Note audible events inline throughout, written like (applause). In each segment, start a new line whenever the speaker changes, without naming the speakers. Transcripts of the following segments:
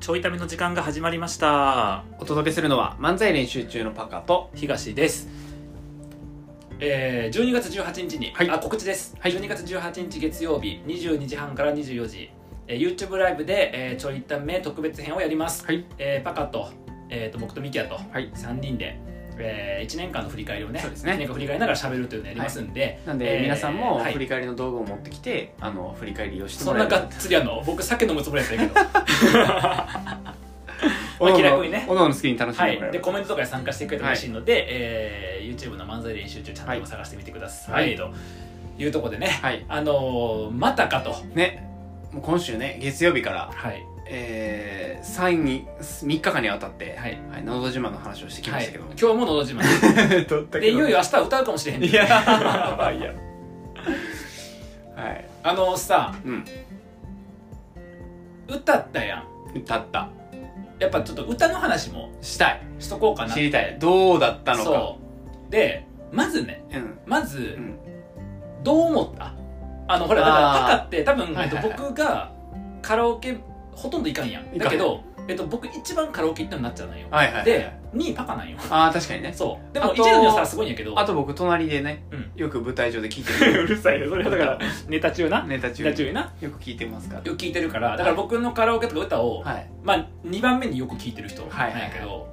ちょいための時間が始まりました
お届けするのは漫才練習中のパカと
東ですえー、12月18日に、
はい
あ告知です、
はい
12月18日月曜日22時半から24時、えー、YouTube ライブで、えー、ちょいため特別編をやります、
はい
えーパカと,、えー、と僕とミキヤと
はい
3人で、え1年間の振り返りをね
そうですね
1年間振り返りながら喋るというのをやりますんで、
なんで、
えー
皆さんも
はい
振り返りの道具を持ってきて、あの振り返りをして
そ
も
ん
ら
な
え
がっつりやんの僕酒飲むつもりやったんやけど
おのおの
まあ気楽にね
おのおの好きに楽しん
は
でもら
い
えれ
で
ば
コメントとかに参加してくれてほしいので、えー YouTube の漫才練習中チャンネルを探してみてください、
はい
というとこでね、
はい
あのーまたかと
ねもう今週ね月曜日から、
はい
えー、3, に3日間にわたって「
はい
はい、のど自慢」の話をしてきましたけど、
はい、今日も「のど
(laughs)
自慢」
撮ったけど
でいよいよ明日は歌うかもしれへんけ
い
ど
ややばいやはい
あのさ
うん
歌ったやん
歌った
やっぱちょっと歌の話も
したい
しとこうかな
知りたいどうだったのか
そうでまずね
うん
まず、
うん
どう思ったあのほらだから
あー
パカって多分、
はいはいはい
えっと、僕がカラオケほとんど行かんやん
行かん
だけど、えっと、僕一番カラオケ行ったのになっちゃうのよ、
はいはいはい
で2位パカなんよ
ああ確かにね
そうで
あ
も
と
一位の良さはすごいんやけど
あと僕隣でね、
うん
よく舞台上で聞いて
(laughs) う
る
るさいよそれはだからネタ中な
ネタ中
ネタ中な
よく聞いてますから
よく聞いてるからだから僕のカラオケとか歌を、
はい
まあ2番目によく聞いてる人なんやけど、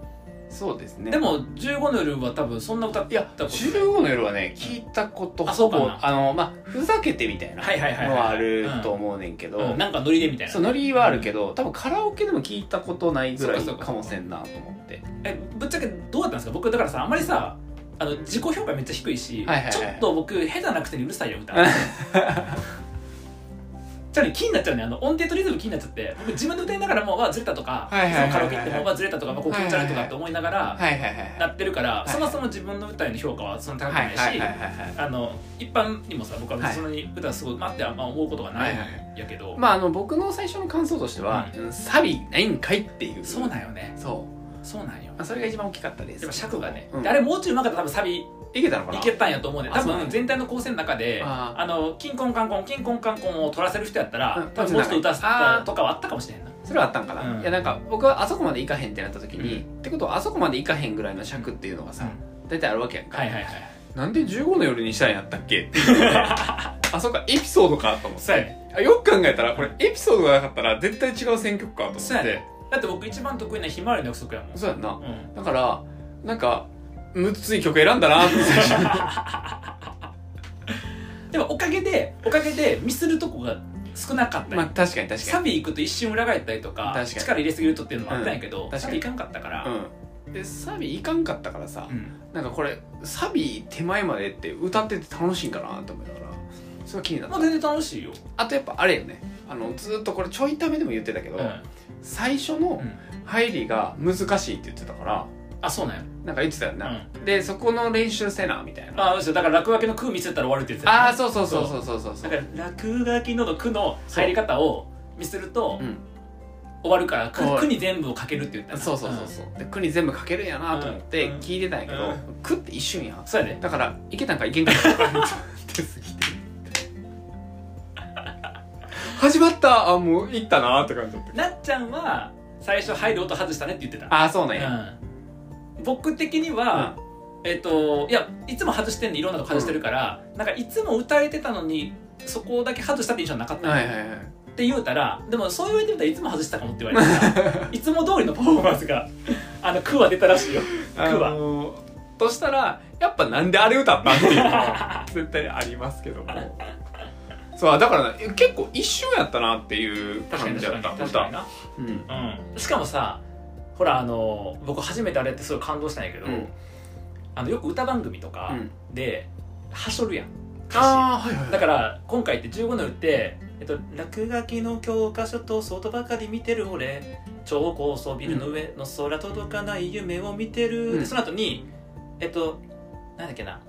そうですね
でも15の夜は多分そんな歌っ
い
た
や
ことない
15の夜はね聞いたこと
あそうかな
ほぼあのまあふざけてみたいな
はいはいはいはい
のはあると思うねんけど、
うんなんかノリでみたい
そう
な
ノリはあるけど多分カラオケでも聞いたことないぐらい
そうかそうか
かもせんなと思って
えぶっちゃけどうだったんですか僕だからさあんまりさあの自己評価めっちゃ低いし、
はいはいはい
ちょっと僕下手なくせにうるさいよ歌
(laughs)
ちょっとね気になっちゃうねあの音程とリズム気になっちゃって僕自分で歌いながらもうわずれたとかそ
はいはいはいはい
のカラオケ行ってもわずれたとかまあこう気持ち悪いとかって思いながら
はいはいはい
なってるから
はい
そもそも自分の歌への評価はそんな高く
は
ないい
はいはい
し
はいはい
あの一般にもさ僕は別にそんなに歌すごい待ってあんま思うことがない
はいはい
んやけど、
まああの僕の最初の感想としては、うんサビないんかいっていう
そうなんよね
そう
そうなんよ
まあそれが一番大きかったです
でも尺がね、
うん
であれもうちょいうまかったら多分サビ
いけたのかない
けたんやと思うね
あ
多
そうな
分
ん
全体の構成の中であ
あ
のキンコンカンコンキンコンカンコンを取らせる人やった
うん
ら多分もうちょっと歌せ
あ
た
ー
とかはあったかもしれへんな
それはあったんかな、
うん
いやなんか僕はあそこまで行かへんってなった時に、ってことはあそこまで行かへんぐらいの尺っていうのがさ、大体あるわけやんか、
はいはいはい
なんで15の夜にしたんやったっけっていうの
(laughs)
があそうかエピソードかと思って
そうやね
あよく考えたらこれエピソードがなかったら絶対違う選曲かと思って
そうやねだって僕一番得意なひまわりの約束やもん
そうやんな
うん
だからなんか6つい曲選んだなって最
(laughs)
初に
でもおかげでおかげでミスるとこが少なかったん
まあ
や
確かに確か
サビ行くと一瞬裏返ったりとか
確かに
力入れすぎるとっていうのもあったんやけ
う
ど
ん確
サ
か
ビ
に
いかんかったから
にうんでサビいかんかったからさ、
うん
なんかこれサビ手前までって歌ってて楽しいんかなと思いながらそれは気になった
まあ全然楽しいよ
あとやっぱあれよねあのずーっとこれちょいためでも言ってたけど、
うん
最初の
うん
入りが難しいって言ってたから
あそうなんや
なんか言ってたよな、でそこの練習せなみたいな
あそうですよだから落書きの空見せたら終わるってやつやね
ああそうそうそうそうそうそう
だ
そう
から落書きのの句の入り方を見すると
うん
終わるから
終わ
句
る
句に全部をかけるって言ったな
そうそうそうそう、で句に全部書けるんやなと思って
うん
聞いてたんやけど、
う
句って一瞬やん
んそうやね
だからいけたんかいけん
(laughs)
かった (laughs) か手すぎて始まったあもういったなーって感じだった
なっちゃんは最初入る音外したねって言ってた
ああそうなんや、
うん僕的には、えっ、といやいつも外してんでいろんなとこ外してるから、なんかいつも歌えてたのにそこだけ外したって印象なかった、
はいはいはい
って言うたらでもそう言われてみたらいつも外したかもって言われて
(laughs)
さいつも通りのパフォーマンスがあの句は出たらしいよ
あ
句は
のとしたらやっぱなんであれ歌ったっていうの
(laughs)
は絶対ありますけどもそうだからね結構一瞬やったなっていう
確か
感
に
じだっ
確
た
かに確かに
歌
な
うん
うん、しかもさほらあの僕初めてあれってすごい感動したんやけど、
うん
あのよく歌番組とか
うん
で、はしょるやん歌詞
ああはいはい
だから今回って15の打って、えっと「落書きの教科書と外ばかり見てる俺超高層ビルの上の空届かない夢を見てる」
うん
でその後にえっとなんだっけな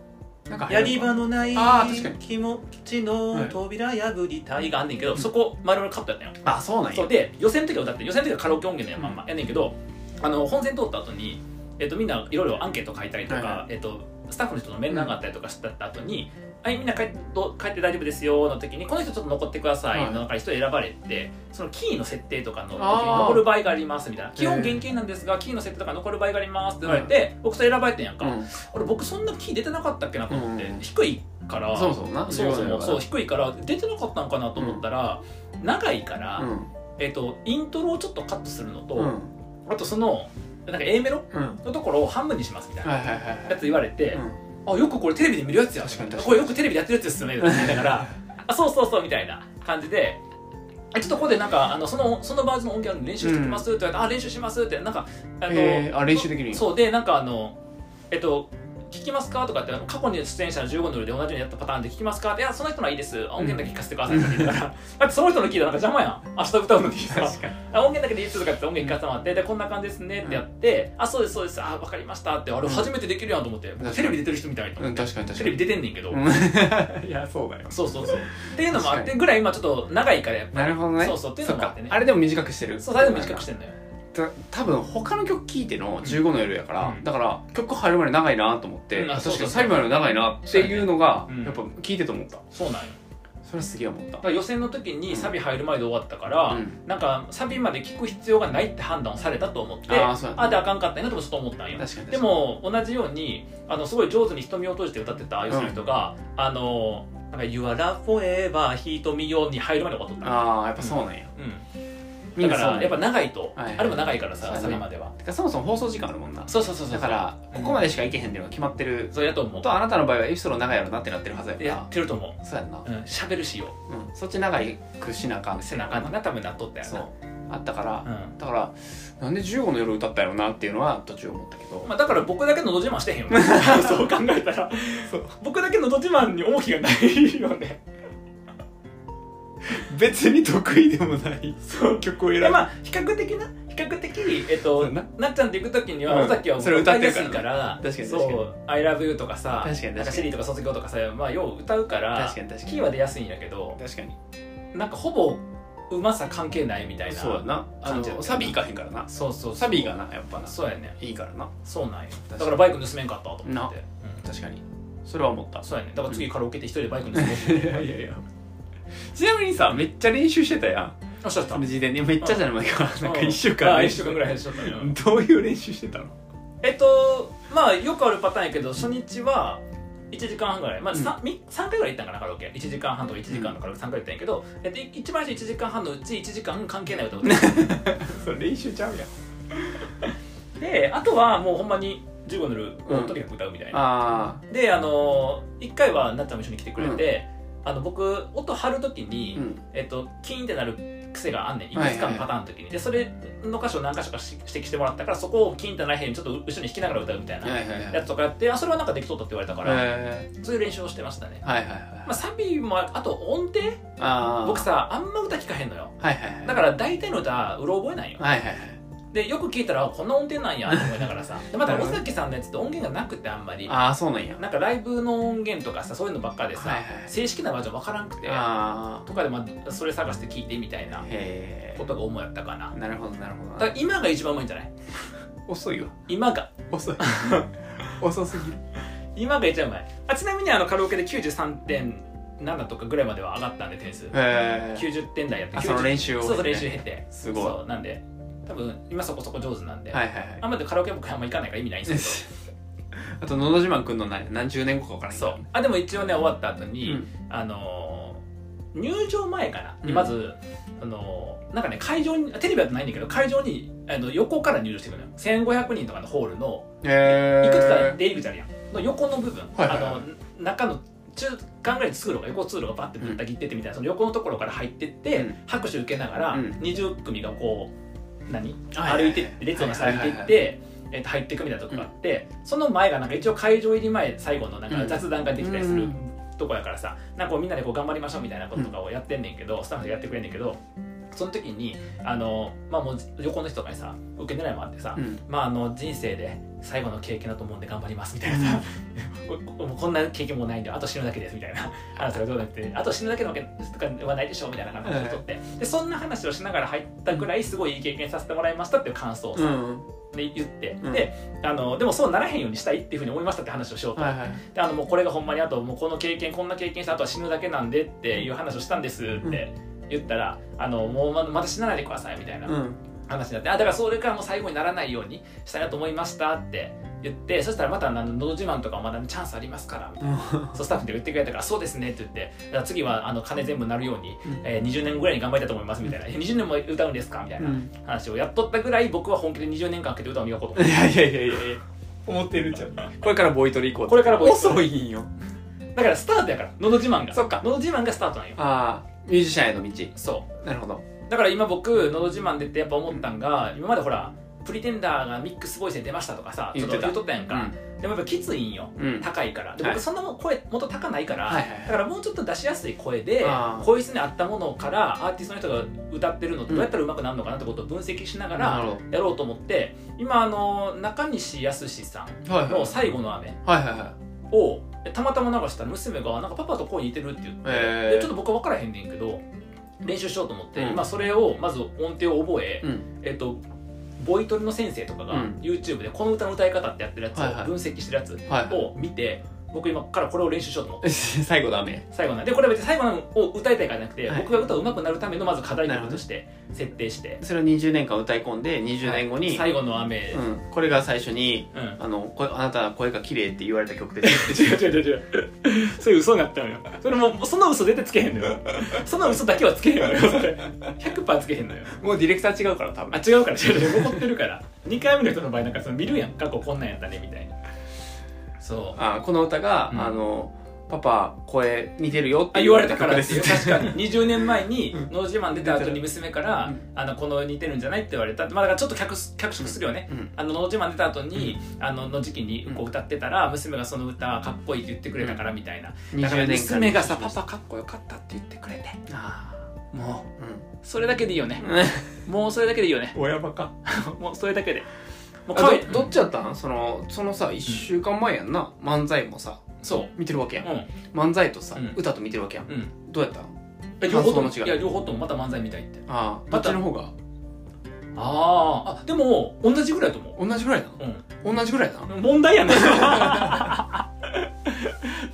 なんか
やり場のない
あー確かに
気持ちの扉破りたいがあんねんけど、
ん
そこ丸々カットやったんよ
あそうなんや
そうで予選の時は歌って予選の時はカラオケ音源のや,、まんまやねんけどあの本戦通った後にえっとみんないろいろアンケート書いたりとか、
はいは
えっとスタッフの人の面談があったりとかした後に、はい、みんな帰っど帰って大丈夫ですよの時にこの人ちょっと残ってくださいの中に人選ばれてそのキーの設定とかの時に
あー
残る場合がありますみたいな基
へ
本
ー
現金なんですがキーの設定とか残る場合がありますって言われて、僕それ選ばれてんやんか、
うん
俺僕そんなキー出てなかったっけなと思って、
うん
低いから
そもそもな
そうそうそう
そう
低いから出てなかったのかなと思ったら、長いから、
ん
えっとイントロをちょっとカットするのと、
うん
あとそのなんか A メロ
うん
のところを半分にしますみたいな
はいはいはいは
や
い
つ言われて、 (laughs)
うん
あよくこれテレビで見るやつや
確かに確かに
これよくテレビでやってるやつですよねみたいなだ
(laughs)
からあそうそうそうみたいな感じであちょっとここでなんかあのそのそのバージョンの音源を練習してきますって言われて、あ練習しますってなんかあの、
へーあ練習できるんや
そうでなんかあのえっと聞きますかとかってあの過去に出演者の15のルで同じようにやったパターンで聞きますかっていやその人のはいいです音源だけ聞かせてくださいとか言った
(laughs)
ら、だってその人の聞いたらなんか邪魔やん明日歌うの聞いてさ
確かに
あ音源だけでいいですとかって音源聞かせてもらって、でこんな感じですねってやって、あそうですそうですあわかりましたってあれ初めてできるやんと思って、
ん
テレビ出てる人みたいと
うん確かに確
テ
か
レ
に
ビ出てんねんけど、
う
(laughs)
んいやそうだよ
そうそうそうっていうのもあってぐらい今ちょっと長いからやっぱ
なるほどね
そうそうっていうのもあってね
そかあれでも短くしてる
そう最後短くしてんのよ
た多分他の曲聴いての15の夜やから、
うん
だから曲入るまで長いなと思って、
うんあそうそ
確か
う
に最後まで長いなっていうのが、
うん
やっぱ聴いてと思った
そうなんよ
それはすげえ思っ
だ
た
から予選の時にサビ入る前で終わったから、
うん
なんかサビまで聞く必要がないって判断をされたと思って
あーそうやね
であかんかったんやなともちょっと思ったんよ
確かに
でも同じようにあのすごい上手に瞳を閉じて歌ってた予選の人が「あのなんか You are love forever 瞳よ」に入るまで終わっとった
ああやっぱそうなんや、
うん
みん
だ
な
から
そうなん
や
や
っぱ長いと、
はいはい
あれも長いから
そう
さ
やな
サビまでは
てかそもそも放送時間あるもんな
そうそうそうそう
だから
うん
ここまでしかいけへんっていうのが決まってる
そうやと思う
とあなたの場合はエピソード長いやろなってなってるはずやか
や
ら
ってると思
そうやんな
う、うん、喋るしよ
うん、そっち長くしなあかん
背中のな多分なっとったよ
そう
な
あったから、
うん
だからなんで15の夜歌ったよなっていうのは途中思ったけど、
まあ、だから僕だけのど自慢してへんよ
(laughs)
ねそう考えたら僕だけのど自慢に重きがない
(laughs)
よね
別に得意でもない曲を選
でまあ比較的な比較的、えっ
そ
と、
うや
なっちゃんと行く時には
うん
尾崎はもう
それ歌ってるから
歌いやすいから
確かに
そう
確か
「ILOVEYOU」とかさ
確かに
なんか
確
シ
か
リー
に
とか卒業とかさまあよう歌うから
確かに確かに
キーは出やすいんやけど
確かに
なんかほぼうまさ関係ないみたいな
そうやなあ
感じやった
のサビいかへんからな
そうそうそう
サビがなやっぱな
そうやね
いいからな
そうなんよ
かに
だからバイク盗めんかったと思
な
って、うん
確かにそれは思った
そうやねだから次カラオケで一人でバイク盗もう
いやいやいやちなみにさめっちゃ練習してたや
おっしゃってた
ん事前にめっちゃじゃないかなんか1週
あ
間
あ
練
一
習
週間ぐらいしとったのよ
どういう練習してたの
えっとまあよくあるパターンやけど初日は1時間半ぐらい、まあ
うん
三み三3回ぐらい行ったんかなカラオケ1時間半とか1時間のカラオケ3回行ったんやけど、えっと、い一番最初1時間半のうち1時間関係ない歌
(laughs)
歌っ
それ練習ちゃうやん
てであとはもうほんまに15のルをとにかく歌うみたいな、
あ
であの1回はなっちゃんも一緒に来てくれて、あの僕音張る時に、
あうん
えっと、キーンってなる癖があんねんいくつかのパターンの時に、でそれの箇所を何箇所かし指摘してもらったからそこをキーンってならへんようにちょっと後ろに弾きながら歌うみたいな
はいはいはい
やつとかやってあそれはなんかできそうだって言われたから、
え
そういう練習をしてましたね
ー、はいはいはい
まあ、サビもあと音程
あー
僕さあんま歌聞かへんのよ
はいはいはい
だから大体の歌うろ覚えないよ
はいはいはい
でよく聞いたらあこんな音程なんやと思いながらさでまた尾崎さんのやつって音源がなくてあんまり
ああそうなんや
なんかライブの音源とかさそういうのばっかでさ、
はいはい
正式なバージョンわからんくて
あ
とかでまあそれ探して聞いてみたいな
あへ
ことが主やったかな
えなるほどなるほ
だ
ど
から今が一番うまいんじゃない
遅いわ
今が
(laughs) 遅い遅すぎる
今が一番うまいあちなみにあのカラオケで93.7とかぐらいまでは上がったんで点数
へえ
90点台やって
あその
90
練習を
そうそう練習減って
すごい
そうなんで多分今そこそこ上手なんで、
はいはいはい (laughs)
あんまりカラオケ僕あんま行かないから意味ないんです
あと「のど自慢」くんの何何十年後か分から
け
へん
ど
け
そ
ど
うあでも一応ね終わった後に、
うん
あのー入場前かな、
うん
まずあのーなんかね会場にテレビだとないんだけど会場にあの横から入場してくるのよ1500人とかのホールの
へ
い
え
くつか出入り口あるやんの横の部分、
はいはいはい
あの中の中間ぐらいの通路が横通路がバッてぶった切ってってみたいな、その横のところから入ってって、
うん
拍手受けながら、
うん
20組がこう何
はいはいはい
歩いてって列をなされてい
はい
っ
はい
て。えっと、入っていくみたいなとこがあって、その前がなんか一応会場入り前最後のなんか雑談ができたりする、
うん
とこやからさなんかこうみんなでこう頑張りましょうみたいなこととかをやってんねんけど、スタッフでやってくれんねんけどその時にあの、まあ、もう横の人とかにさ受け狙いもあってさ、
うん
まあ、あの人生で最後の経験だと思うんで頑張りますみたいなさこもうこんな経験もないんであと死ぬだけですみたいな話がどうなってあと死ぬだけのわけとかはないでしょうみたいな話をとってでそんな話をしながら入ったぐらいすごいいい経験させてもらいましたっていう感想を
う
さ、
ん
で言って
うん
であのでもそうならへんようにしたいっていうふうに思いましたって話をしようと、
はいはい
であのもうこれがほんまにあともうこの経験こんな経験したあとは死ぬだけなんでっていう話をしたんですって言ったら、あのもうままた死なないでくださいみたいな
うん
話になって、あだからそれからもう最後にならないようにしたいなと思いましたって言ってそしたらまたあの「のど自慢」とかもまだチャンスありますからみたいなそうスタッフで言ってくれたから「そうですね」って言って「じゃあ次はあの金全部なるように、
うん
えー20年ぐらいに頑張りたいと思います」みたいな「え20年も歌うんですか?」みたいうなん話をやっとったぐらい僕は本気で20年間かけて歌を磨こうと思って
いやいやいやいやいや思ってるじゃんこれからボイトレ行こう
これからボイトレ
遅いんよ
だからスタートやから「のど自慢が」
そっか
のど自慢」がスタートなんよ
ああミュージシャンへの道
そう
なるほど
だから今僕「のど自慢」でってやっぱ思ったんが、今までほら「プリテンダー」がミックスボイスで出ましたとかさ
言ってた
ちょっと言っとったやんか、でもやっぱきついんよ
うん
高いからで
はい
僕そんなもん声もっと高ないから、
はいはい
だからもうちょっと出しやすい声で
あー
声質に合ったものからアーティストの人が歌ってるのってどうやったら上手くなるのかなってことを分析しなが
なる
ら
ほ
やろうと思って今あの中西康さん
どはいはい
の「最後の雨
はいはいはい」
をたまたま流したら娘が「なんかパパと声似てる」って言って。
え
で
ー
ちょっと僕は分からへんねんけど練習しようと思って、
うん
今それをまず音程を覚え、
うん
えっとボイトレの先生とかが
うん
YouTube でこの歌の歌い方ってやってるやつ
はいはい
を分析してるやつ
はいはい
を見て僕今からこれを練習しようと思って
(laughs) 最後ダメ
最後なんでこれは別に最後なのを歌いたいからじゃなくて、
はい
僕が歌うまくなるためのまず課題曲として設定して
それを20年間歌い込んで20年後に、
最後の雨、
う
うん
ん、これが最初に「あのこあなたは声が綺麗って言われた曲です」
(laughs) 違う違う違う違うそれ嘘になったのよそれもうその嘘絶対つけへんのよその嘘だけはつけへん
(laughs)
のよそれ100%つけへんのよ
もうディレクター違うから多
あ違うから違う違う怒ってるから2回目の人の場合なんかその見るやん過去こんなんやったねみたいなそう
あこの歌が、
うん
あの「パパ声似てるよ」って
あ言われたから
曲
ですよ確かに20年
(laughs)
前に
うん
「のど自慢」出た後に娘から「
うん
あのこの似てるんじゃない?」って言われたまあだからちょっと脚脚色するよね、
(laughs) うん
あの「のど自慢」出た後に、あのの時期にこう歌ってたら娘がその歌かっこいいって言ってくれたからみたいな、だから
20年間
娘がさ「パパかっこよかった」って言ってくれて
あ
も
ー
うそれだけでいいよね
う
(laughs)
ん
もうそれだけでいいよね
親バカ
(laughs) もうそれだけでもう可
あ
愛い
どどっちやったんそのそのさ1週間前やんな漫才もさ
そう
見てるわけやん、
うん
漫才とさ、
うん
歌と見てるわけやん
うん
どうやったん
え両方とも
感想の違い
いや両方ともまた漫才みたいって
ああど
ま
ったちの方が
あーあでも同じぐらいだと思
同じぐらいな
ううん
の同じぐらいなの
問題や (laughs) ね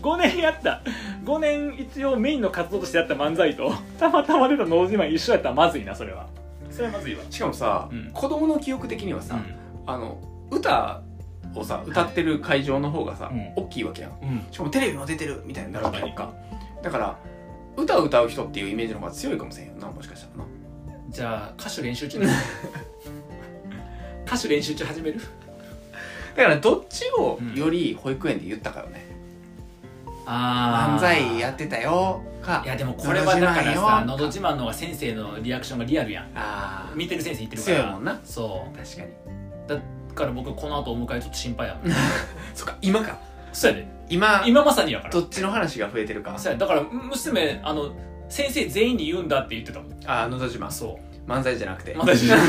5年やった5年一応メインの活動としてやった漫才とたまたま出た「のど自慢」一緒やったらまずいなそれはそれはまずいわ
しかもさ、
うん
子供の記憶的にはさ、あの歌をさ歌ってる会場の方がさ、
うん
大きいわけやん
うん、うん、
しかもテレビも出てるみたいになるわけやんか
確
だから歌を歌う人っていうイメージの方が強いかもしれんよなもしかしたらな
じゃあ歌手練習中 (laughs) 歌手練習中始める
だからどっちを
うん
より保育園で言ったかよね、
あ
漫才やってたよか
いやでもこれはだからさ「
の
の
ど
ど
自
自慢」の方が先生のリアクションがリアルやん
慢あ
見てる先生言って
あ
るから
強いもんな
そう
確かに
だから僕この後お迎えちょっと心配やもん
そっか今か
そうやで
今
今まさにやから
どっちの話が増えてるか
そうやだから娘あの先生全員に言うんだって言ってたもん
ああのど自慢
そ
漫才じゃなくて
う (laughs) 私でも (laughs)
(laughs) もう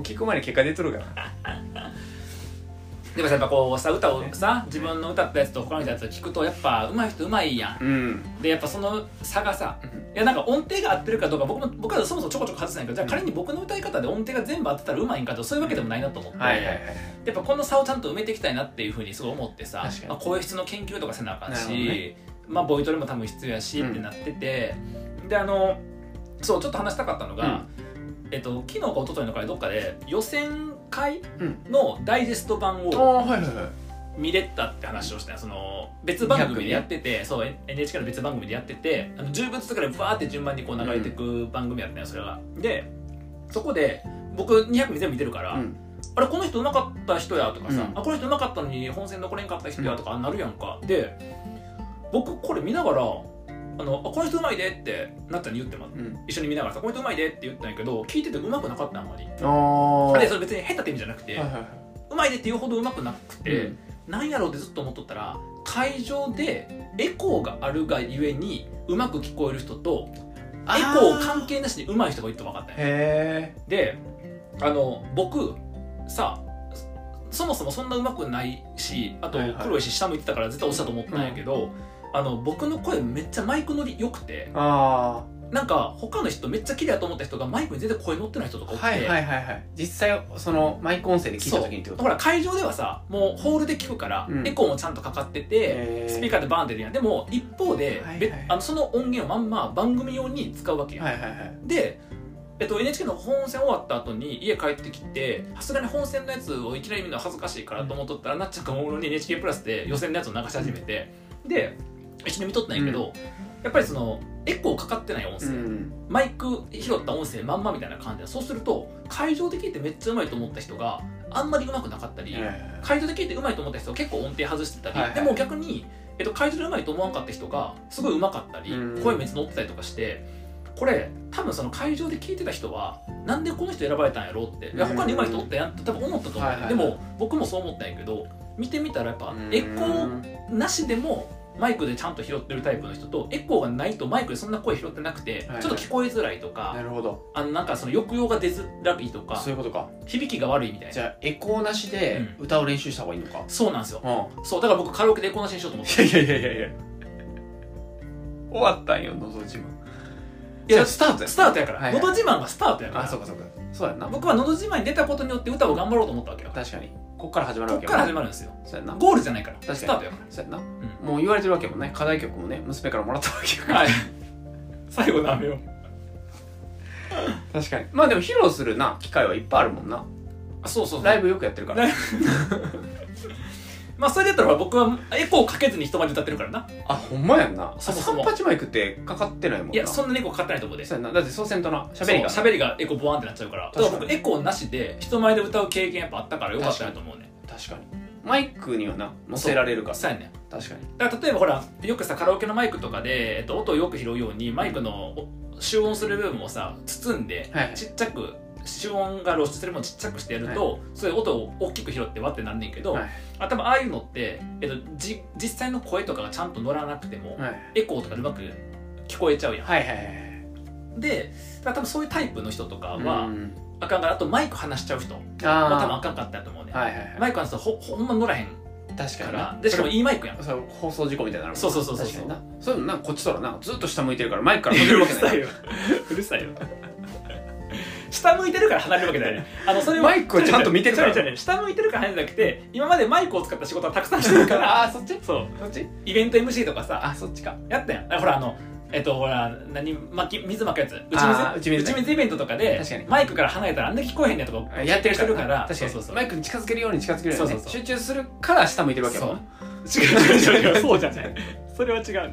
聞く前に結果出とるから
さやっぱこうさ歌をさ自分の歌ったやつと他の人のやつを聞くとやっぱ上手い人上手いやん
うん
でやっぱその差がさ
うん
いやなんか音程が合ってるかどうか僕も僕はそもそもちょこちょこ外せないけどじゃあ仮に僕の歌い方で音程が全部合ってたら上手いんかとそういうわけでもないなと思って、
はいはいはい
やっぱこの差をちゃんと埋めていきたいなっていうふうにすごい思ってさ
確かに
まあ、声質の研究とかせなあかん
なる
し、
ほどね
まあ、ボイトレも多分必要やしってなってて、であのそうちょっと話したかったのが、えっと、昨日か一昨日の回どっかで予選会
うん
のダイジェスト版
あー
を
はいはいはい
見れたって話をしたよその別番組でやってて、そう NHK の別番組でやっててあの10分ずつぐらいバーって順番にこう流れていく番組やったよそれが。でそこで僕200見全部見てるから、
うん
あれこの人うまかった人やとかさ、
うん
あこの人うまかったのに本戦残れんかった人やとかなるやんか、で僕これ見ながらあのあこの人うまいでってなったに言ってます
うん
一緒に見ながらさこの人うまいでって言ったんやけど聞いててうまくなかったあんまり
あ
あ
あ
れそれ別に下手って意味じゃなくて、
はいはいはいう
まいでって言うほどうまくなくて、
うん
なんやろうってずっと思っとったら会場でエコーがあるがゆえにうまく聞こえる人とエコー関係なしにうまい人がいると分かったんや
へえ
であの僕さそもそもそんなうまくないしあと
はいはい
黒いし下向いてたから絶対落ちたと思ったんやけど、あの僕の声めっちゃマイク乗り良くて
あ
なんか他の人めっちゃ綺麗だと思った人がマイクに全然声乗ってない人とか
あ
おって、
はいはいはいはい実際そのマイク音声で聞いた時にってこと
ほら会場ではさもうホールで聞くから、
うん
エコーもちゃんとかかってて、
へー
スピーカーでバーン出るやんでも一方で、
はいはい
べあのその音源をまんま番組用に使うわけやん、
はいはいはい
で、えっと、NHK の本戦終わった後に家帰ってきてさすがに本戦のやつをいきなり見るのは恥ずかしいからと思っとったら、なっちゃんがおもむろに NHK プラスで予選のやつを流し始めてで一緒に見とったんやけど、やっぱりそのエコーかかってない音声、
うん
マイク拾った音声まんまみたいな感じでそうすると会場で聞いてめっちゃうまいと思った人があんまりうまくなかったり、
え
会場で聞いてうまいと思った人は結構音程外してたり、
はいはい
でも逆に、えっと、会場でうまいと思わんかった人がすごいうまかったり
うん
声めっちゃ乗ってたりとかしてこれ多分その会場で聞いてた人はなんでこの人選ばれたんやろうっていや
うん
他にうまい人おったやんって多分思ったと思う、
はいはい
でも僕もそう思ったんやけど見てみたらやっぱ
ー
エコーなしでもマイクでちゃんと拾ってるタイプの人とエコーがないとマイクでそんな声拾ってなくて、
はい
ちょっと聞こえづらいとか、
なるほど
あのなんかその抑揚が出づらいとか
そういうことか
響きが悪いみたい
じ
な
ゃあエコーなしで歌を練習した方がいいのか
そうなんですよ
うん (laughs)
そうだから僕カラオケでエコーなしにしようと思って
いやいやいやいや終わったんよのど自慢
いや
スタートや
スタートやから「
はい
の
はい
ど自慢」がスタートやから
あそうかそうかそうやんな
僕は「のど自慢」に出たことによって歌を頑張ろうと思ったわけよこ
確かにこっから始まるわ
っ
け
から始
ま
まるんですよ
そうやんな
ゴールじゃないから
かに
スタートやか
そうやんな
う
もう言われてるわけもんね課題曲もね娘からもらったわけやから
はい (laughs) 最後の雨を
確かにまあでも披露するな機会はいっぱいあるもんな
あそうそうそう
ライブよくやってるから
ライまあそれで言ったら僕はエコーかけずに人前で歌ってるからな
あほんまやんな
そ
三
もそも
八マイクってかかってないもんない
やそんなにエコーかかってないと思うで
そうやんなだってそうせんとな喋りが
そう喋りがエコボワンってなっちゃうからだ
確
か
からに
僕エコーなしで人前で歌う経験やっぱあったからよかったなと思うね
確かにマイクにはな乗せられるから
そうやね
確かに
だから例えばほらよくさカラオケのマイクとかで、えっと、音をよく拾うようにマイクのお集音する部分をさ包んで
はいはい
ちっちゃく集音が露出するものをちっちゃくしてやると、そういう音を大きく拾ってわってなんねんけど、
はい
あ多分ああいうのって、えっと、じ実際の声とかがちゃんと乗らなくても、
はい
エコーとかでうまく聞こえちゃうや
はいはいはい
んでだから多分そういうタイプの人とかは、
うん
あかんからあとマイク離しちゃう人まあ、多分あ
あ
かんかったと思うね、
あはいはいは
マイクはさほほんま乗らへん
い確
か
からに
でしかもいいマイクやん
それ放送事故みたいになるもんな
そうそうそうそう
確かになそういうのなこっちとらなずっと下向いてるからマイクから飛
う
べる
る
わけな
さい
い
よ (laughs) うるさいよ下向いてるから離れるわけだ
(laughs)
よねあのそれは
マイクをちゃんと見てるから
違う違う違う下向いてるから離れるんじゃなくて今までマイクを使った仕事はたくさんしてるから
(laughs) ああーそっち
そう
そっち
イベント MC とかさ
あそっちか
やったやんあほらあのえっとほら何巻き水巻くやつ
あー
打ち水打
打ち水
ち水イベントとかで
確かに
マイクから離れたらあんな聞こえへんねんとか
やってる
して
からな確か
るから
に
そうそうそう
マイクに近づけるように近づけるようにね
そうそうそう
集中するから下向いてるわけやもんな
違う
(laughs)
違う違う違うそうじゃないそれは違うんだよ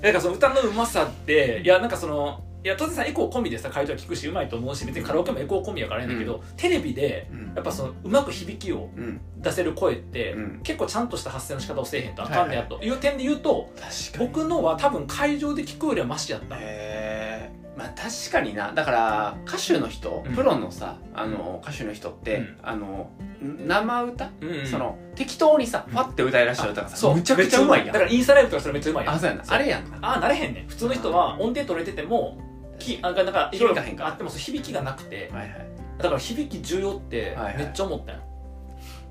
だからその歌のうまさっていやなんかそのいや当然さエコー込みでさ会場は聞くしうまいと思うし別にカラオケもエコー込みやからやねんだけど、テレビで
うん
やっぱそのうまく響きを
うん
出せる声って、
うん
結構ちゃんとした発声の仕方をせえへんとあかんねやという点で言うと、
確かに
僕のは多分会場で聞くよりはマシやった、
えーまあ確かになだから歌手の人
うん
プロのさあの歌手の人って
うん
あの生歌
うん
その適当にさ
うん
ファって歌いらっしゃる歌が
そ
さ
う
むちゃくちゃうまいやん
だからインスタライブとかそれめっちゃうまいやん
あそうやな
そう
あれやんな
ああなれへんねん普通の人は音程取れててもきあなんかいろいろ
響かへんから
あってもそう響きがなくて、
はいはい
だから響き重要って
はいはい
めっちゃ思ったんよ、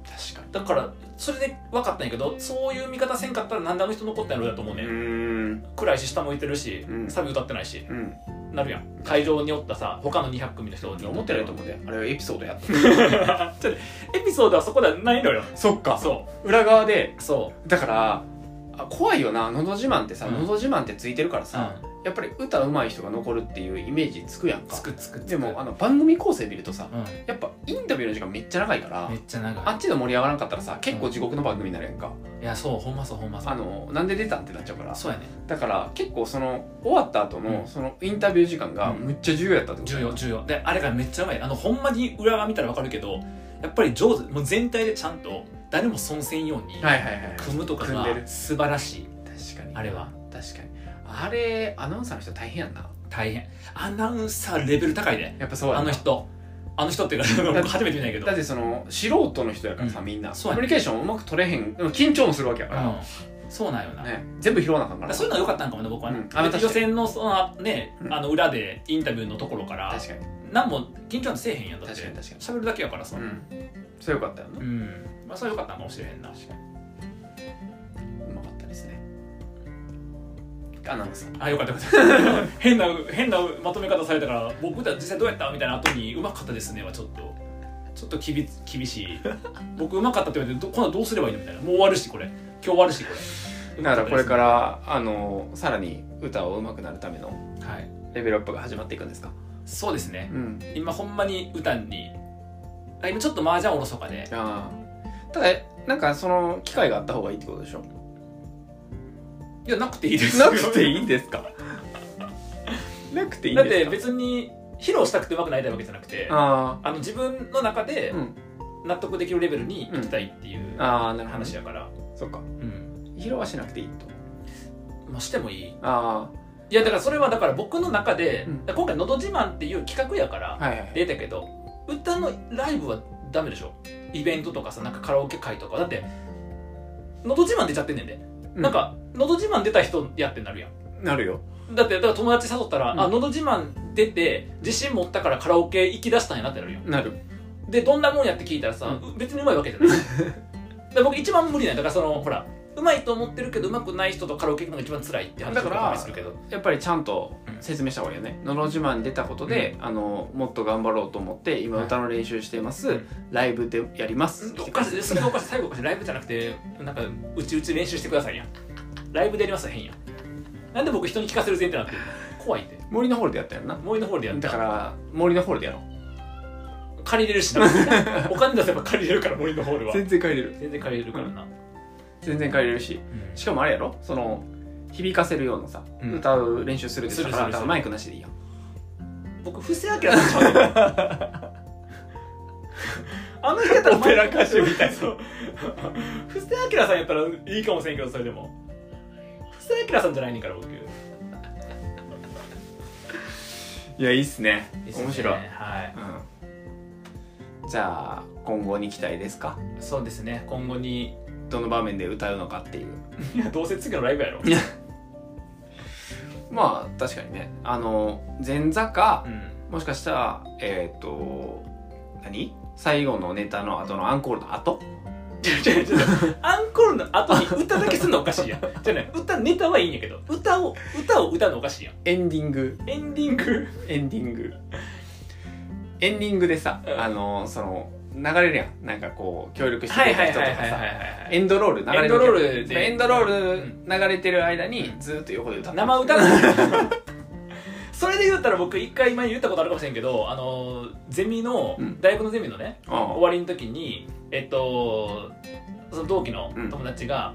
確かに
だからそれで分かったんやけどそういう見方せんかったら何であの人残ったんやろうだと思うね、、
うんん
暗いし下向いてるし、
うん
サビ歌ってないし
うん
なるやん会場におったさ他の200組の人に
思ってないと思うであれはエピソードやった
(laughs) ちょっとエピソードはそこではないのよ
(laughs) そっか
そ
裏側で
うそ
だからあ怖いよな「のど自慢」ってさ「
うん
のど自慢」ってついてるから
う、う
さ、
ん、
やっぱり歌うまい人が残るっていうイメージつくやんか
つくつくつく
でもあの番組構成見るとさ
うん、
やっぱインタビューの時間めっちゃ長いから
めっちゃ長い
あっちで盛り上がらんかったらさ結構地獄の番組になるやんか、
いやそうほんまそうほんまそう
あのなんで出たんってなっちゃうから
そうやね
だから結構その終わった後の、
うん
そのインタビュー時間が
うん
むっちゃ重要やったってこと
重要重要であれがめっちゃうまいあのほんまに裏側見たら分かるけどやっぱり上手もう全体でちゃんと誰も損せんように、
はいはいはい
組むとか
組んで
が
る
素晴らしい
確かに
あれは
確かにあれアナウンサーの人大変やんな
大変アナウンサーレベル高いで
やっぱそうや
あ
んな
の人あの人っていうか僕 (laughs) 初めて見ないけど
だってその素人の人やからさ、
うん
みんな
そ
コ
うやね
ミュニケーションうまく取れへんでも緊張もするわけやか
う
ら、
んそうなんよな、
ね、全部拾わなあかん
だか
か
ららそういうのは良かったんかもね僕はね、
うんあの確かに
予選のそのね
うん
あの裏でインタビューのところから
確かに
何も緊張なんてせえへんやんだって
確かに確かに
喋るだけやからさ、
うんそれよかったよね
うんまあそれは良かったのかもしれへんな
うまかったですねアナウンサー
あよかったよか
(laughs)
った変な変なまとめ方されたから僕たち実際どうやったみたいな後にうまかったですねはちょっとちょっときび厳し
(laughs)
い僕うまかったって言われてど今度はどうすればいいのみたいなもう終わるしこれ今日終わるしこれ
だからこれかららあのさらに歌を上手くなるための
はい
レベルアップが始まっていくんですか
そうですね
うん
今ほんまに歌にあ今ちょっと麻雀おろそかで
ああただなんかその機会があった方がいいってことでしょ
いやなくていいです
なくてい
い
いんですかなくていい
(laughs)
ん
だっ
です
て
か
別に披露したくてうまくなりたいわけじゃなくてあ
あ
の自分の中
あ
で
うん
納得できるレベルに行きたいっていう
ああなるほど
話やから、
そっか
うん
披露はしなくていいと
まあ、してもいい
あ
いやだからそれはだから僕の中で、
うん
今回「のど自慢」っていう企画やから、
あはいはい
出たけど歌のライブはダメでしょイベントとかさなんかカラオケ会とかだって「のど自慢」出ちゃってんねんで、
うん
なんか「のど自慢」出た人やってなるやん
なるよ
だってだから友達誘ったら「
うん
あのど自慢」出て自信持ったからカラオケ行き出したんやなってなるやん
なる
でどんなもんやって聞いたらさ、別にうまいわけじゃ
(laughs)
ないだから僕一番無理なんやだからそのほらうまいと思ってるけどうまくない人とカラオケ行くのが一番辛いって話
だから
するけど
やっぱりちゃんと説明した方がいいよね「のど自慢」に出たことで、あのもっと頑張ろうと思って今歌の練習してます、
うん
ライブでやります、
おかしいそれがおかしい最後おかしいライブじゃなくてなんかうちうち練習してくださいやんライブでやりますよ変やんなんで僕人に聞かせる前提なんて怖いって
森のホールでやったよな
森のホールでやった
だから森のホールでやろ
借りれるしなお金出せば借りれるから森のホール
う
は
全然帰れる
全然借りれるからな、
全然帰れるししかもあれやろその響かせるようなさ、
うん
歌う練習するでしょ
する
だから
するする
マイクなしでいいよ
僕布施明さんちゃうのあの人やったら
(laughs) オペラ歌手みたいな
そう布施明さんやったらいいかもしれんけどそれでも布施明さんじゃないねんから僕
いやいいっすね面白い、
はい
うん、じゃあ今後に期待ですか
そうですね今後に
どの場面で歌うのかっていう
いや (laughs) どうせ次のライブやろ
(laughs) まあ確かにねあの前座か、
ん
もしかしたらえっ、と何最後のネタの後のアンコールの後
違う違う違うアンコールの後に歌だけすんのおかしいやんじゃあね歌ネタはいいんやけど歌を歌を歌うのおかしいやん
エンディング
エンディン
(laughs)
グ
エンディングエンディングでさ、あのその流れるやんなんかこう協力してくれた人とかさエンドロール流れる
エンドロールで
エンドロール流れてる間に
うん
ずーっと横で歌って
生歌 (laughs) なんだそれで言ったら僕一回前に言ったことあるかもしれんけどあのゼミの、
うん
大学のゼミのね
うん
終わりの時にえっとその同期の友達が、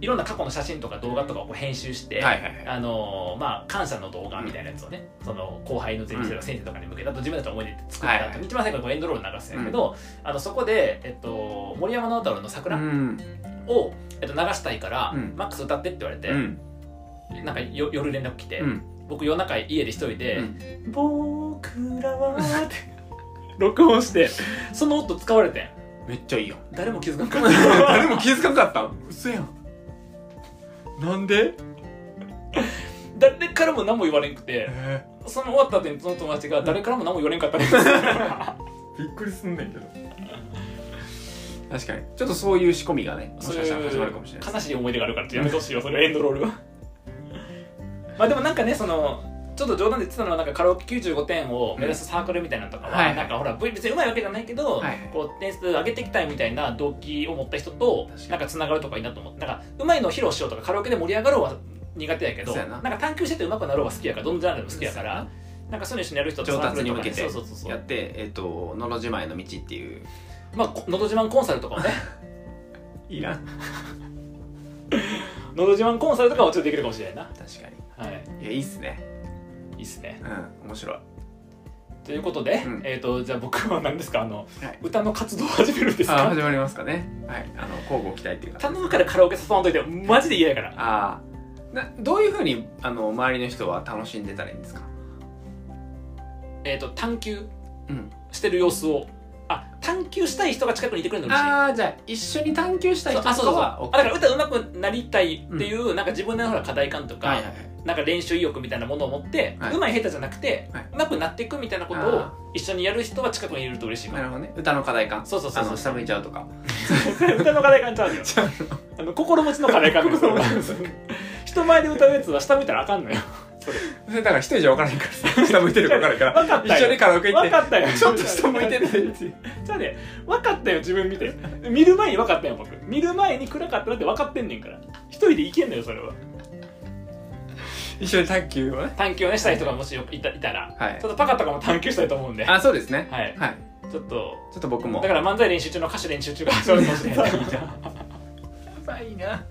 いろんな過去の写真とか動画とかをこう編集して、
はいはいはい
あのーまあ感謝の動画みたいなやつをね、その後輩のゼミ生とか先生とかに向けたあと自分たちの思い出って作った後、
はいはい
一番最後にこうエンドロール流すんやけど、あのそこで、えっと、森山直太朗の「
う
桜」
ん
を、えっと、流したいから、
うん
マックス歌ってって言われて、
うん
なんかよ夜連絡来て、
うん
僕夜中家で一人で
う
「僕らは」って録音してその音使われてん
めっちゃいいよ
誰も気づかん
(laughs)
かった
誰も気づかんかった嘘やんなんで
誰からも何も言われんくて
え
その終わった後にその友達が誰からも何も言われんかったです
ーびっくりすんねんけど確かにちょっとそういう仕込みがねもしか
そう
したら始まるかもし
い
れ
う
ない
悲しい思い出があるからやめてほしいよそれはエンドロールは (laughs) まあでもなんかねそのちょっと冗談で言ってたのはなんかカラオケ95点を目指すサークルみたいなのとかは、
はいはい
なんかほらぶ別にうまいわけじゃないけど、
はいはい
こう点数上げていきたいみたいな動機を持った人と
確かに
なんかつながるとかいいなと思ってなんかうまいのを披露しようとかカラオケで盛り上がろうは苦手やけど
そうや
な
なん
か探求しててうまくなろうは好きやからどんなジャンルでも好きやからなんかそういうの一緒にやる人と
上達に
サー
向
ク
け
ルとかね
て
そうそうそうそう
やって「えっとののじまへの道」っていう
まあこ「のど自慢コンサル」と (laughs) かをね
いいな
「のど自慢コンサル」とかはちょっとできるかもしれないな
確か
は
に
い
いやいいっすね
いいっすね
うん面白い
ということで、
うん
えっ、とじゃあ僕は何ですかあの
はい
歌の活動を始めるんです
あ
か
始まりますかねはいあの交互期待っていうか
頼むからカラオケ誘わんといてマジで嫌やから
ああなどういうふうにあの周りの人は楽しんでたらいいんですか
えっ、と探求
うん
してる様子をあ探求したい人が近くにいてくれるの嬉しい
ああじゃあ一緒に探求したい
そう
人と
あそう
か
そう
は
あだから歌うまくなりたいっていう、なんか自分のほら課題感とか、
はいはいはい
なんか練習意欲みたいなものを持って、
はいう
まい下手じゃなくて、
はいう
まくなっていくみたいなことを
あ
一緒にやる人は近くにいると嬉しいか
な
ら (laughs)
るほどね歌の課題感
そうそうそう
あ
そう
の下向いちゃうと (laughs) か
歌の課題感ちゃうよ
ちゃう
あの心持ちの課題感
心持ちの
(laughs) 人前で歌うやつは下見たらあかんのよ
それだから一人じゃ分からへんから (laughs) さ下向いてるか分からへんか
分かった
ら
よ
一緒にカラオケ行っ
分かったよ
てちょっと下向いてるって
じゃあね分かったよ自分見て見る前に分かったよ僕見る前に暗かったなって分かってんねんから一人でいけんのよそれは
一緒に探求をね
探求をねしたい人がもしよいたいたら、
はい
ちょっとパカとかも探求したいと思うんで
あそうですね
はい
はい
ちょっと
ちょっと僕も
だから漫才練習中の歌手練習中がそれかも (laughs)
(laughs)
しれない
ばいな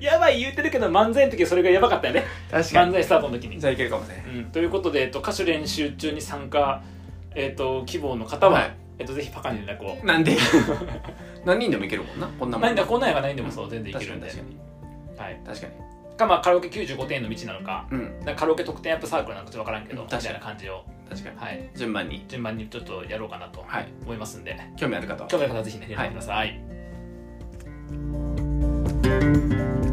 やばい言うてるけど漫才の時はそれがやばかったよね
確か
漫
に
才スタートの時に
じゃあいけるかもしれない
うん、ということで、えっと、歌手練習中に参加、えっと、希望の方は、
はい
えっと、ぜひパカに連絡を。
なん (laughs) で何人でもいけるもんなこんなもん
何だこんなんやがないんでもそう全然いけ
確
る
か
んで。
に確かに
はい。
確かに
かまあカラオケ95点の道なのか、
うん
なんかカラオケ得点アップサークルなんかちょっとわからんけど、
う
み
ん
た
確か
い
に
な感じを、
確かに
はい、
順番に
順番にちょっとやろうかなと
はい
思いますんで、
興味ある方は
興味ある方はぜひね、連絡ください。